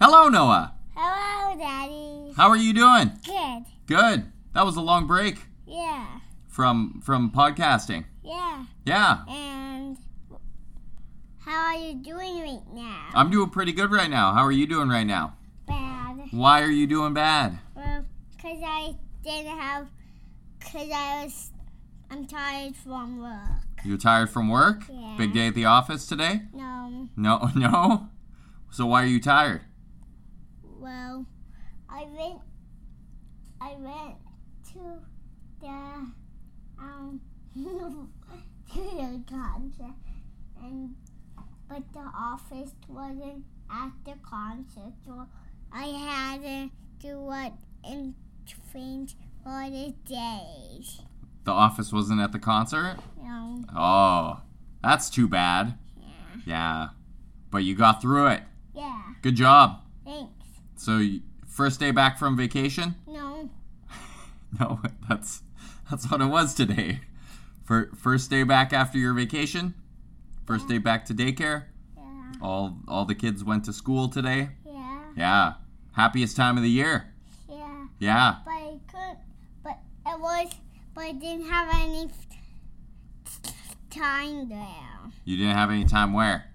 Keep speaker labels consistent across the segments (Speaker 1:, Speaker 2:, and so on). Speaker 1: Hello, Noah.
Speaker 2: Hello, Daddy.
Speaker 1: How are you doing?
Speaker 2: Good.
Speaker 1: Good. That was a long break
Speaker 2: Yeah.
Speaker 1: from from podcasting.
Speaker 2: Yeah.
Speaker 1: Yeah.
Speaker 2: And how are you doing right now?
Speaker 1: I'm doing pretty good right now. How are you doing right now?
Speaker 2: Bad.
Speaker 1: Why are you doing bad?
Speaker 2: Well, cause I didn't have, cause I was, I'm tired from work.
Speaker 1: You tired from work?
Speaker 2: Yeah.
Speaker 1: Big day at the office today?
Speaker 2: No.
Speaker 1: No, no. So why are you tired?
Speaker 2: Well, I went, I went to the um to the concert, and but the office wasn't at the concert, so I had to do what in change for the days.
Speaker 1: The office wasn't at the concert?
Speaker 2: No,
Speaker 1: Oh, that's too bad.
Speaker 2: yeah,
Speaker 1: Yeah. But you got through it.
Speaker 2: yeah.
Speaker 1: Good job.
Speaker 2: Thanks.
Speaker 1: So, y- first day back from vacation?
Speaker 2: No,
Speaker 1: No, that's that's what it was today. For first day back after your vacation, first day back to daycare.
Speaker 2: yeah,
Speaker 1: All all the kids went to school today.
Speaker 2: yeah,
Speaker 1: Yeah, happiest time of the year.
Speaker 2: yeah.
Speaker 1: Yeah,
Speaker 2: But I could, but it was, but I didn't have any f- time there
Speaker 1: you didn't have any time where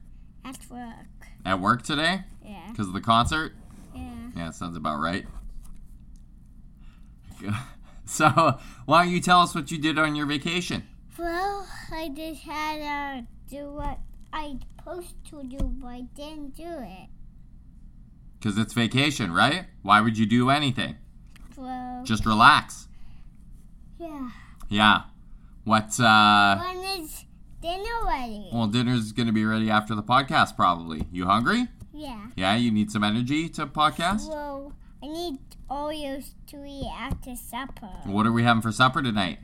Speaker 2: at work.
Speaker 1: at work today
Speaker 2: Yeah,
Speaker 1: because of the concert.
Speaker 2: yeah.
Speaker 1: Yeah, sounds about right. So, why don't you tell us what you did on your vacation?
Speaker 2: Well, I just had to do what I supposed to do, but I didn't do it.
Speaker 1: Because it's vacation, right? Why would you do anything?
Speaker 2: Well,
Speaker 1: Just relax.
Speaker 2: yeah.
Speaker 1: Yeah. What? Uh,
Speaker 2: When is dinner ready?
Speaker 1: Well, dinner's going to be ready after the podcast, probably. You hungry?
Speaker 2: Yeah.
Speaker 1: Yeah, you need some energy to podcast?
Speaker 2: Well, I need Oreos to eat after supper.
Speaker 1: What are we having for supper tonight?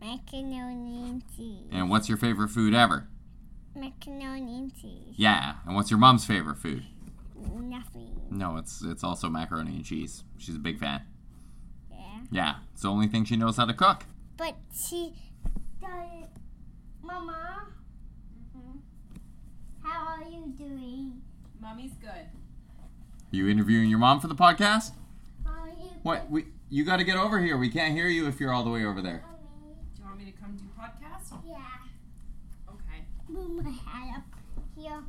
Speaker 2: Macaroni and cheese.
Speaker 1: And what's your favorite food ever?
Speaker 2: Macaroni and cheese.
Speaker 1: Yeah. And what's your mom's favorite food?
Speaker 2: Nothing.
Speaker 1: No, it's it's also macaroni and cheese. She's a big fan.
Speaker 2: Yeah.
Speaker 1: Yeah. It's the only thing she knows how to cook.
Speaker 2: But she does. Mama,
Speaker 3: Mhm.
Speaker 2: how are you doing?
Speaker 3: Mommy's good.
Speaker 1: You interviewing your mom for the podcast?
Speaker 2: How are you?
Speaker 1: What? We you got to get over here. We can't hear you if you're all the way over there.
Speaker 2: Mommy?
Speaker 3: Do you want me to come do podcast?
Speaker 2: Yeah.
Speaker 3: Okay.
Speaker 2: Move my hat up here.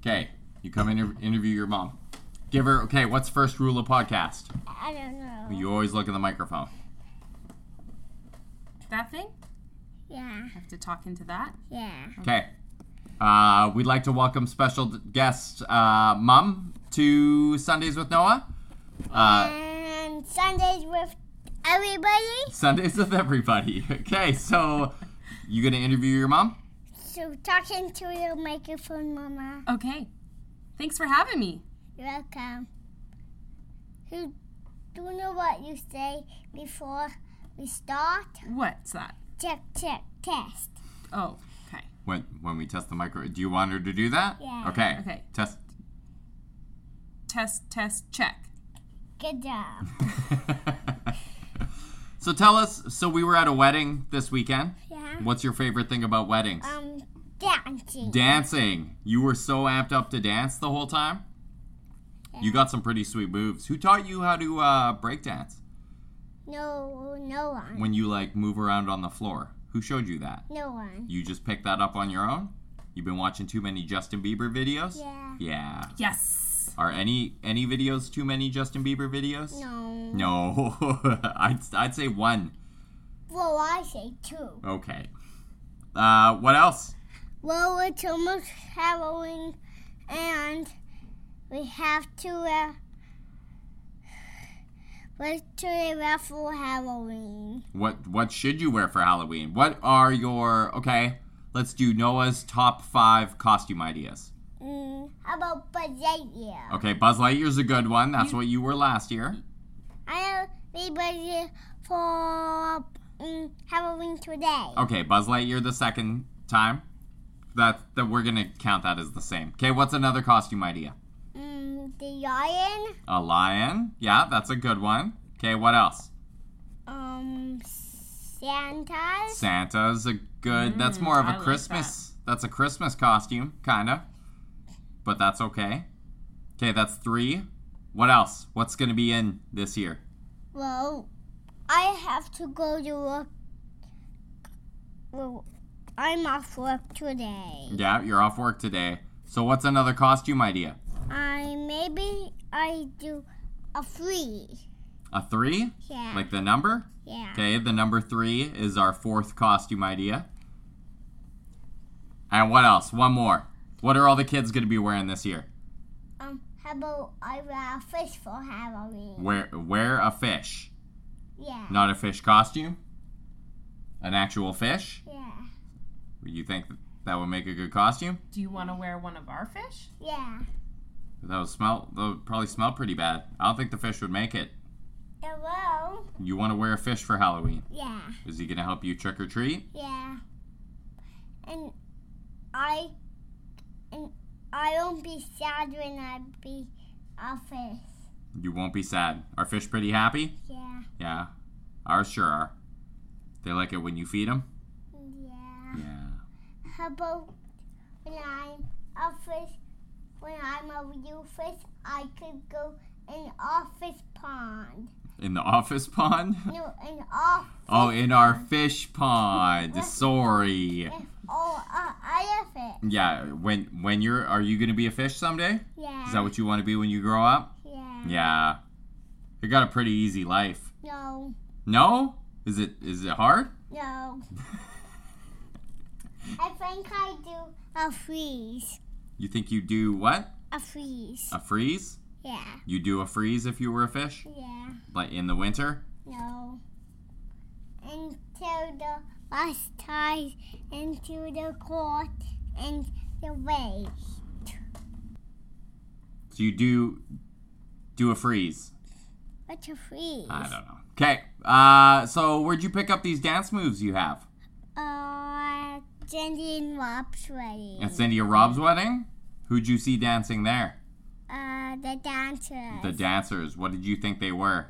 Speaker 1: Okay. You come inter- interview your mom. Give her Okay, what's first rule of podcast?
Speaker 2: I don't know.
Speaker 1: You always look at the microphone.
Speaker 3: That thing?
Speaker 2: yeah.
Speaker 3: I have to talk into that.
Speaker 2: Yeah.
Speaker 1: Okay. Uh, we'd like to welcome special d- guest uh, Mum to Sundays with Noah. Uh,
Speaker 2: and Sundays with everybody.
Speaker 1: Sundays with everybody. Okay, so you gonna interview your mom?
Speaker 2: So talking to the microphone, Mama.
Speaker 3: Okay. Thanks for having me.
Speaker 2: You're welcome. You don't know what you say before we start?
Speaker 3: What's that?
Speaker 2: Check, check, test.
Speaker 3: Oh, okay.
Speaker 1: When when we test the micro, do you want her to do that?
Speaker 2: Yeah.
Speaker 1: Okay.
Speaker 3: Okay.
Speaker 1: Test.
Speaker 3: Test, test, check.
Speaker 2: Good job.
Speaker 1: so tell us. So we were at a wedding this weekend.
Speaker 2: Yeah.
Speaker 1: What's your favorite thing about weddings?
Speaker 2: Um, dancing.
Speaker 1: Dancing. You were so amped up to dance the whole time. You got some pretty sweet moves. Who taught you how to uh, break dance?
Speaker 2: no, no one.
Speaker 1: When you like move around on the floor, who showed you that?
Speaker 2: No one.
Speaker 1: You just picked that up on your own. You've been watching too many Justin Bieber videos.
Speaker 2: Yeah.
Speaker 1: Yeah.
Speaker 3: Yes.
Speaker 1: Are any any videos too many Justin Bieber videos?
Speaker 2: No.
Speaker 1: No. I'd I'd say one.
Speaker 2: Well, I say two.
Speaker 1: Okay. Uh, what else?
Speaker 2: Well, it's almost Halloween, and we have to. Uh, Let's do a raffle Halloween.
Speaker 1: What what should you wear for Halloween? What are your okay? Let's do Noah's top five costume ideas.
Speaker 2: Mm, how about Bazaya?
Speaker 1: Okay, Buzz Lightyear's a good one. That's what you were last year.
Speaker 2: I have a budget for mm, Halloween today.
Speaker 1: Okay, Buzz Lightyear the second time. That that we're gonna count that as the same. Okay, what's another costume idea?
Speaker 2: Mm, the lion,
Speaker 1: A lion. Yeah, that's a good one. Okay, what else?
Speaker 2: um, Santa.
Speaker 1: Santa's a good. that's
Speaker 3: Mm,
Speaker 1: more of
Speaker 3: I
Speaker 1: a
Speaker 3: like
Speaker 1: Christmas. That's a Christmas costume, kinda. But that's okay. Okay, that's three. What else? What's going to be in this year?
Speaker 2: Well, I have to go to work. Well, I'm off work today.
Speaker 1: Yeah, you're off work today. So what's another costume idea?
Speaker 2: I maybe I do a free.
Speaker 1: A three?
Speaker 2: Yeah.
Speaker 1: Like the number?
Speaker 2: yeah.
Speaker 1: Okay, the number three is our fourth costume idea. And what else? One more. What are all the kids going to be wearing this year?
Speaker 2: Um, how about I wear a fish for Halloween?
Speaker 1: Wear, wear a fish.
Speaker 2: Yeah.
Speaker 1: Not a fish costume? An actual fish?
Speaker 2: Yeah.
Speaker 1: You think that would make a good costume?
Speaker 3: Do you want to wear one of our fish?
Speaker 2: Yeah.
Speaker 1: That would smell, that would probably smell pretty bad. I don't think the fish would make it.
Speaker 2: Hello?
Speaker 1: You want to wear a fish for Halloween.
Speaker 2: Yeah.
Speaker 1: Is he going to help you trick or treat?
Speaker 2: Yeah. And I and I won't be sad when I be a fish.
Speaker 1: You won't be sad. Are fish pretty happy?
Speaker 2: Yeah.
Speaker 1: Yeah. Ours sure are. They like it when you feed them?
Speaker 2: Yeah.
Speaker 1: Yeah.
Speaker 2: How about when I'm a fish, when I'm a real fish, I could go in office pond.
Speaker 1: In the office pond?
Speaker 2: No, in off.
Speaker 1: Oh, in our fish pond. Sorry.
Speaker 2: If all a elephant.
Speaker 1: Yeah, when when you're are you gonna be a fish someday?
Speaker 2: Yeah.
Speaker 1: Is that what you want to be when you grow up?
Speaker 2: yeah.
Speaker 1: Yeah. You got a pretty easy life.
Speaker 2: No.
Speaker 1: No? Is it is it hard?
Speaker 2: No. I think I do a freeze.
Speaker 1: You think you do what?
Speaker 2: A freeze.
Speaker 1: A freeze?
Speaker 2: Yeah.
Speaker 1: You do a freeze if you were a fish?
Speaker 2: Yeah.
Speaker 1: Like in the winter?
Speaker 2: No. Until the bus ties into the court and the waves.
Speaker 1: So you do do a freeze.
Speaker 2: What's a freeze?
Speaker 1: I don't know. Okay. Uh, so where'd you pick up these dance moves you have?
Speaker 2: Uh, Jenny and Rob's wedding.
Speaker 1: At Cindy and Rob's wedding? Who'd you see dancing there?
Speaker 2: Uh, the dancers.
Speaker 1: The dancers. What did you think they were?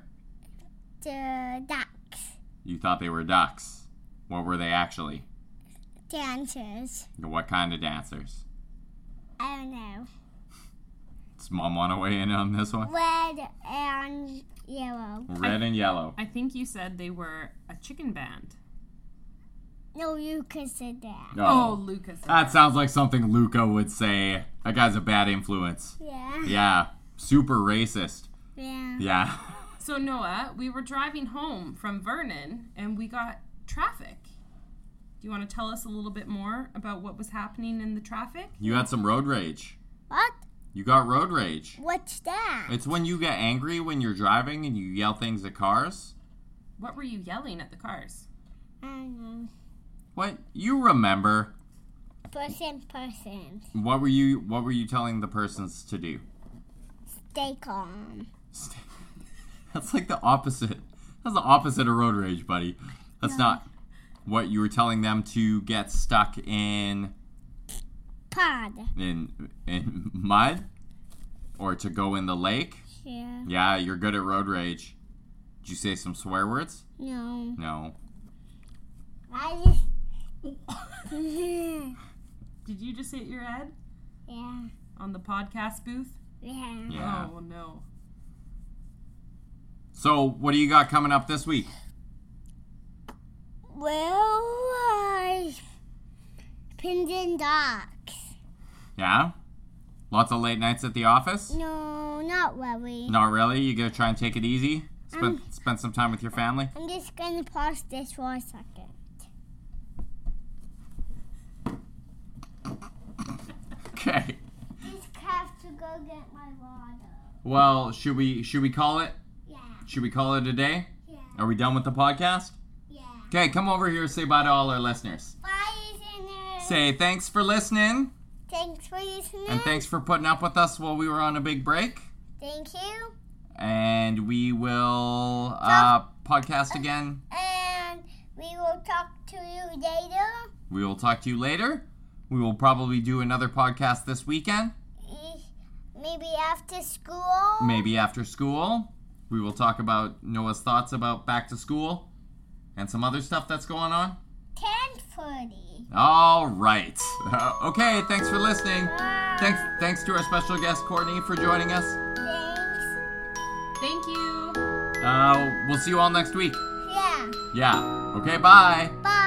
Speaker 2: the ducks.
Speaker 1: You thought they were ducks. What were they actually?
Speaker 2: Dancers.
Speaker 1: What kind of dancers?
Speaker 2: I don't know.
Speaker 1: Does mom want to weigh in on this one?
Speaker 2: Red and yellow.
Speaker 1: Red and yellow.
Speaker 3: I think you said they were a chicken band.
Speaker 2: No, Lucas said that.
Speaker 3: Oh, Lucas.
Speaker 1: That sounds like something Luca would say. That guy's a bad influence.
Speaker 2: Yeah.
Speaker 1: Yeah. Super racist.
Speaker 2: Yeah.
Speaker 1: Yeah.
Speaker 3: So Noah, we were driving home from Vernon and we got traffic. Do you want to tell us a little bit more about what was happening in the traffic?
Speaker 1: You had some road rage.
Speaker 2: What?
Speaker 1: You got road rage.
Speaker 2: What's that?
Speaker 1: It's when you get angry when you're driving and you yell things at cars.
Speaker 3: What were you yelling at the cars?
Speaker 2: I don't know.
Speaker 1: What you remember?
Speaker 2: Person, person.
Speaker 1: What were you what were you telling the persons to do?
Speaker 2: Stay calm.
Speaker 1: Stay- That's like the opposite. That's the opposite of road rage, buddy. That's not what you were telling them to get stuck in
Speaker 2: Pod.
Speaker 1: in in mud or to go in the lake.
Speaker 2: Yeah.
Speaker 1: Yeah, you're good at road rage. Did you say some swear words?
Speaker 2: No.
Speaker 1: No.
Speaker 2: I just. yeah.
Speaker 3: Did you just hit your head
Speaker 2: Yeah.
Speaker 3: on the podcast booth?
Speaker 2: Yeah.
Speaker 1: Yeah.
Speaker 3: Oh no.
Speaker 1: So, what do you got coming up this week?
Speaker 2: Well, I pinned in dogs.
Speaker 1: Yeah? Lots of late nights at the office?
Speaker 2: No, not really.
Speaker 1: Not really. You gonna try and take it easy? Spend spend some time with your family?
Speaker 2: I'm just gonna pause this for a second.
Speaker 1: Okay.
Speaker 2: Just have to go get my water.
Speaker 1: Well, should we should we call it?
Speaker 2: Yeah,
Speaker 1: Should we call it a day?
Speaker 2: yeah,
Speaker 1: Are we done with the podcast?
Speaker 2: yeah.
Speaker 1: Okay, come over here and say bye to all our listeners.
Speaker 2: Bye, listeners.
Speaker 1: Say thanks for listening
Speaker 2: Thanks for listening.
Speaker 1: and thanks for putting up with us while we were on a big break.
Speaker 2: Thank you.
Speaker 1: And we will uh, podcast again.
Speaker 2: And we will talk to you later.
Speaker 1: We will talk to you later. We will probably do another podcast this weekend.
Speaker 2: Eh, Maybe after school.
Speaker 1: maybe after school. We will talk about Noah's thoughts about back to school and some other stuff that's going on.
Speaker 2: Ten thirty.
Speaker 1: All right. Uh, okay, thanks for listening. Thanks thanks to our special guest Courtney for joining us.
Speaker 2: Thanks.
Speaker 1: Uh, we'll see you all next week.
Speaker 2: Yeah.
Speaker 1: Yeah. Okay, bye.
Speaker 2: Bye.